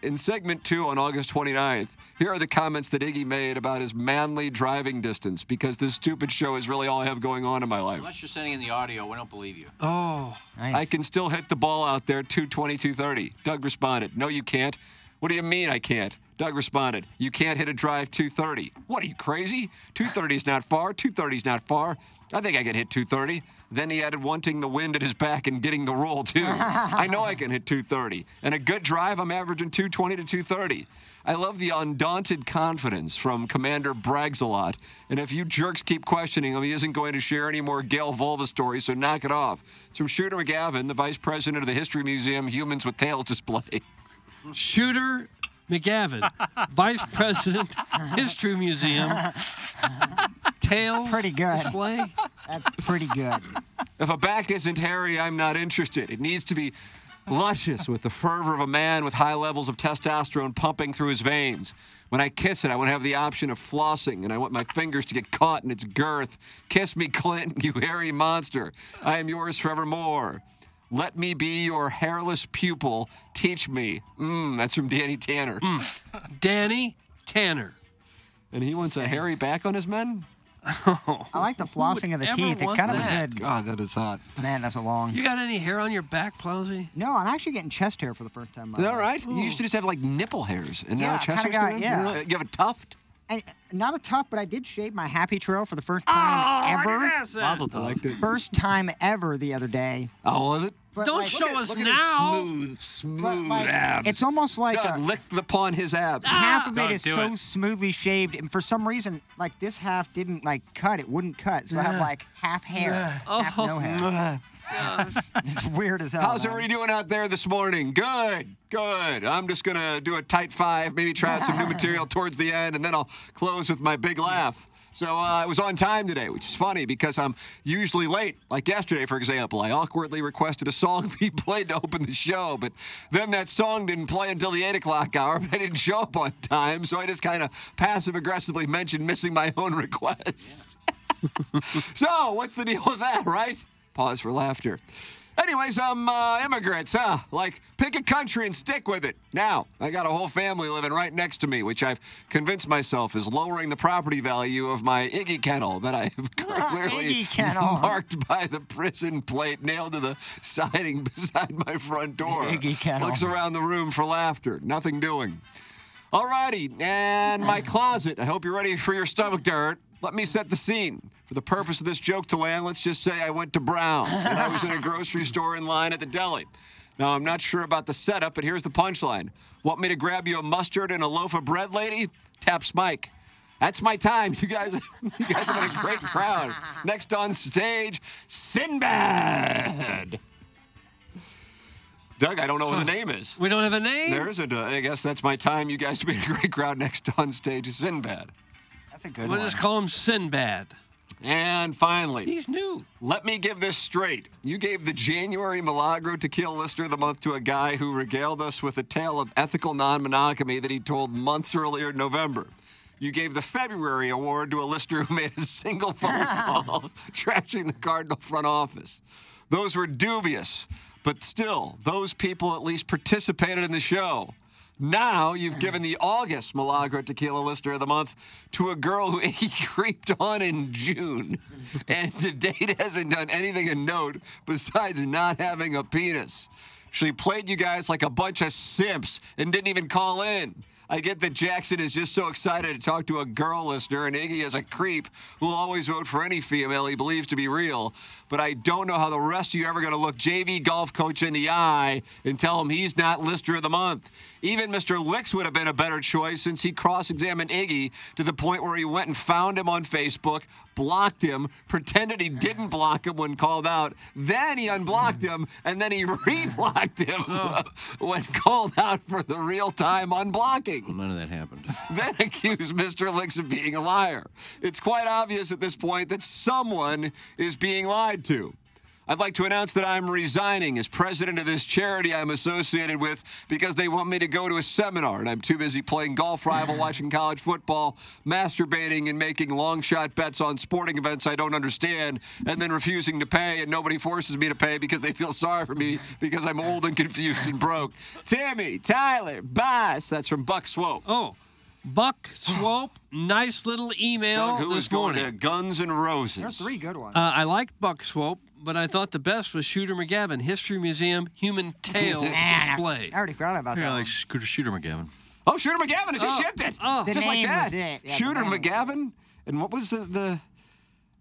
C: In segment two on August 29th, here are the comments that Iggy made about his manly driving distance because this stupid show is really all I have going on in my life.
G: Unless you're sending in the audio, we don't believe you.
C: Oh, I can still hit the ball out there 220, 230. Doug responded, No, you can't. What do you mean I can't? Doug responded, You can't hit a drive 230. What are you crazy? 230 is not far. 230 is not far. I think I can hit 230. Then he added, wanting the wind at his back and getting the roll too. I know I can hit 230. And a good drive, I'm averaging 220 to 230. I love the undaunted confidence from Commander Bragsalot. And if you jerks keep questioning him, he isn't going to share any more Gail Volva stories, so knock it off. It's from Shooter McGavin, the vice president of the History Museum Humans with Tails display. (laughs)
D: Shooter McGavin,
E: (laughs)
D: Vice President, History Museum. Tails
E: Pretty good.
D: display.
E: That's pretty good.
C: If a back isn't hairy, I'm not interested. It needs to be luscious with the fervor of a man with high levels of testosterone pumping through his veins. When I kiss it, I want to have the option of flossing, and I want my fingers to get caught in its girth. Kiss me, Clinton, (laughs) you hairy monster. I am yours forevermore. Let me be your hairless pupil. Teach me. Mm, that's from Danny Tanner. Mm.
D: Danny Tanner.
C: And he wants a hairy back on his men?
E: I
D: (laughs)
E: like the flossing of the
D: ever
E: teeth. It
D: want
E: kind of
D: that?
E: good.
C: God, that is hot.
E: Man, that's a long.
D: You got any hair on your back, Plowsy?
E: No, I'm actually getting chest hair for the first time. in my
C: Is that
E: life.
C: right? You used to just have like nipple hairs, and now
E: Yeah,
C: chest
E: kinda
C: hair's
E: got-
C: coming in?
E: yeah.
C: You have a tuft?
E: I, uh, not a tough, but I did shave my happy trail for the first time
D: Oh, look
E: ever.
D: at this then. Mazel tov. Liked it.
E: First time ever the other day.
C: Oh, was it?
E: But,
D: Don't
E: like,
D: show
E: look at-
D: us
E: look at his
D: now.
C: Smooth, smooth
E: like,
C: abs.
E: It's almost like
C: God,
E: a-
C: licked upon his abs.
D: Ah.
E: half of
C: Don't
E: it is
C: do
E: so
C: it.
E: smoothly shaved, and for some reason, like this half didn't like cut. It wouldn't cut, so I have like half hair, half no hair. (laughs) it's weird as hell.
C: Oh. How's
E: man.
C: everybody doing out there this morning? Good, good. I'm just gonna do a tight five, maybe try out some
D: (laughs)
C: new material towards the end, and then I'll close with my big laugh. So uh, I was on time today, which is funny because I'm usually late. Like yesterday, for example, I awkwardly requested a song (laughs) be played to open the show, but then that song didn't play until the eight o'clock hour. But I didn't show up on time, so I just kind of passive aggressively mentioned missing my own request. so what's the deal with that, right? Pause for laughter. Anyways, I'm uh, immigrants, huh? Like, pick a country and stick with it. Now, I got a whole family living right next to me, which I've convinced myself is lowering the property value of my Iggy kennel that (laughs) I have clearly
E: (laughs) Iggy kennel.
C: marked by the prison plate nailed to the siding (laughs) beside my front door.
E: Iggy kennel.
C: Looks around the room for laughter. Nothing doing. Alrighty, and my closet. I hope you're ready for your stomach dirt. Let me set the scene. For the purpose of this joke to land, let's just say I went to Brown and I was in a grocery store in line at the deli. Now, I'm not sure about the setup, but here's the punchline. Want me to grab you a mustard and a loaf of bread, lady? Taps Mike. That's my time. You guys, (laughs) you guys have been a great crowd. Next on stage, Sinbad. Doug, I don't know what the name is.
D: We don't have a name.
C: There's a. uh, I guess that's my time. You guys made a great crowd next on stage. is Sinbad.
E: That's a good
D: we'll just call him Sinbad.
C: And finally,
D: He's new.
C: let me give this straight. You gave the January Milagro Tequila Listener of the Month to a guy who regaled us with a tale of ethical non monogamy that he told months earlier in November. You gave the February award to a listener who made a single phone call trashing the Cardinal front office. Those were dubious, but still, those people at least participated in the show. Now you've given the August Milagro Tequila Listener of the Month to a girl who (laughs) he creeped on in June. And to date hasn't done anything of note besides not having a penis. She played you guys like a bunch of simps and didn't even call in. I get that Jackson is just so excited to talk to a girl listener, and Iggy is a creep who will always vote for any female he believes to be real. But I don't know how the rest of you are ever going to look JV golf coach in the eye and tell him he's not listener of the month. Even Mr. Licks would have been a better choice since he cross-examined Iggy to the point where he went and found him on Facebook, blocked him, pretended he didn't block him when called out, then he unblocked him, and then he (laughs) re-blocked him (laughs) when called out for the real-time unblocking
G: None of that happened.
C: (laughs) then accuse Mr. Licks of being a liar. It's quite obvious at this point that someone is being lied to. I'd like to announce that I'm resigning as president of this charity I'm associated with because they want me to go to a seminar and I'm too busy playing golf rival, watching college football, masturbating, and making long shot bets on sporting events I don't understand, and then refusing to pay, and nobody forces me to pay because they feel sorry for me because I'm old and confused and broke. Timmy, Tyler, Boss. That's from Buck Swope.
D: Oh, Buck Swope. nice little email
C: Doug, who
D: this
C: is going
D: morning.
C: to Guns and Roses?
E: There are three good ones.
D: Uh, I liked Buck Swope, but I thought the best was Shooter McGavin, History Museum,
C: (laughs)
D: Human Tail Display.
E: I already forgot about
G: Yeah,
E: that.
G: like Scooter Shooter McGavin.
C: Oh, Shooter McGavin has just
D: Oh,
C: shipped it.
D: oh. The
C: just like
E: name
C: that.
E: was it. Yeah, the
C: Shooter
E: name was
C: McGavin. And what was the, the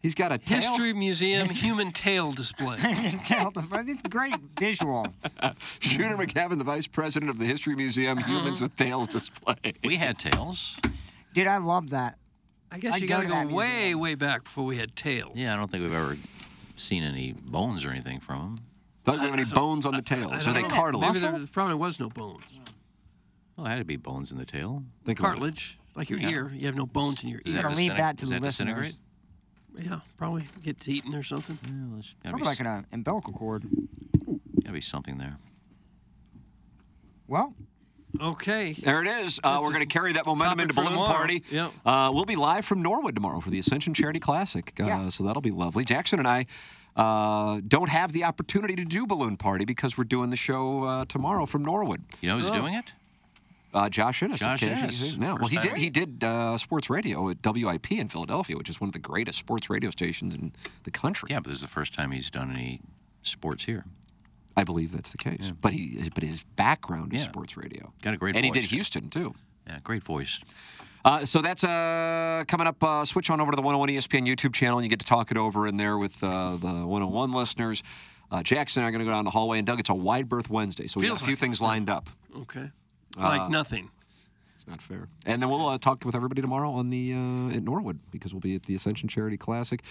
C: he's got a tail.
D: History Museum, (laughs) Human Tail Display.
E: (laughs) Tell the- it's
G: (laughs)
E: great visual.
C: (laughs) Shooter McGavin, the vice president of the History Museum
D: Uh-huh.
C: Humans with Tails display.
G: We had tails.
E: Dude, I love that.
D: I guess
E: I'd
D: you got to
E: go to
D: go,
E: that
D: way, way back before we had tails.
G: Yeah, I don't think we've ever seen any bones or anything from them.
C: Doesn't have any bones on the tail.
D: I
C: So they
D: don't know.
C: cartilage.
D: Maybe there probably was no bones.
G: Well, it had to be bones in the tail.
C: Think about it.
D: Cartilage, like your
G: Yeah.
D: ear. You have no bones in your
G: Does
D: ear.
E: Gotta leave
G: disintegr-
E: that to
G: does
E: the
G: that disintegrate?
E: listeners.
D: Yeah, probably gets eaten or something.
G: Yeah, there's gotta be,
E: Probably like an uh, umbilical cord.
G: gotta be something there.
E: Well,
D: Okay.
C: There it is. Uh,
D: That's
C: we're going to
D: just
C: carry that momentum
D: topic
C: into
D: for
C: Balloon
D: tomorrow.
C: Party.
D: Yep.
C: Uh, we'll be live from Norwood tomorrow for the Ascension Charity Classic. Uh,
E: Yeah.
C: So that'll be lovely. Jackson and I uh, don't have the opportunity to do Balloon Party because we're doing the show uh, tomorrow from Norwood.
G: You know who's doing it?
C: Uh, Josh Innes. of
G: Josh
C: KSHZ.
G: Innes.
C: Yeah. Well,
G: First
C: he
G: time.
C: did. He did uh, sports radio at WIP in Philadelphia, which is one of the greatest sports radio stations in the country.
G: Yeah, but this is the first time he's done any sports here.
C: I believe that's the case. But he, but his background is
G: Yeah.
C: sports radio.
G: Got a great
C: and he
G: voice.
C: did Houston too.
G: Yeah, great voice.
C: Uh, so that's uh, coming up. Uh, switch on over to the 101 ESPN YouTube channel, and you get to talk it over in there with uh, the 101 listeners. Uh, Jackson and I are going to go down the hallway, and Doug, it's a wide berth Wednesday, so we got
D: Feels
C: a few
D: like it.
C: things lined up.
D: Okay.
E: Uh,
D: Like nothing.
C: It's not fair. And then we'll uh, talk with everybody tomorrow on the uh, at Norwood because we'll be at the Ascension Charity Classic.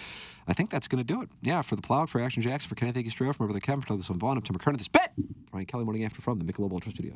C: I think that's going to do it. Yeah, for the Plow, for Action Jackson, for Kenneth Hickey Stroh, from over the Kevin, for Douglas Von Vaughn, I'm Tim McKernan. This bet, Brian Kelly, morning after from the Michelob Ultra Studio.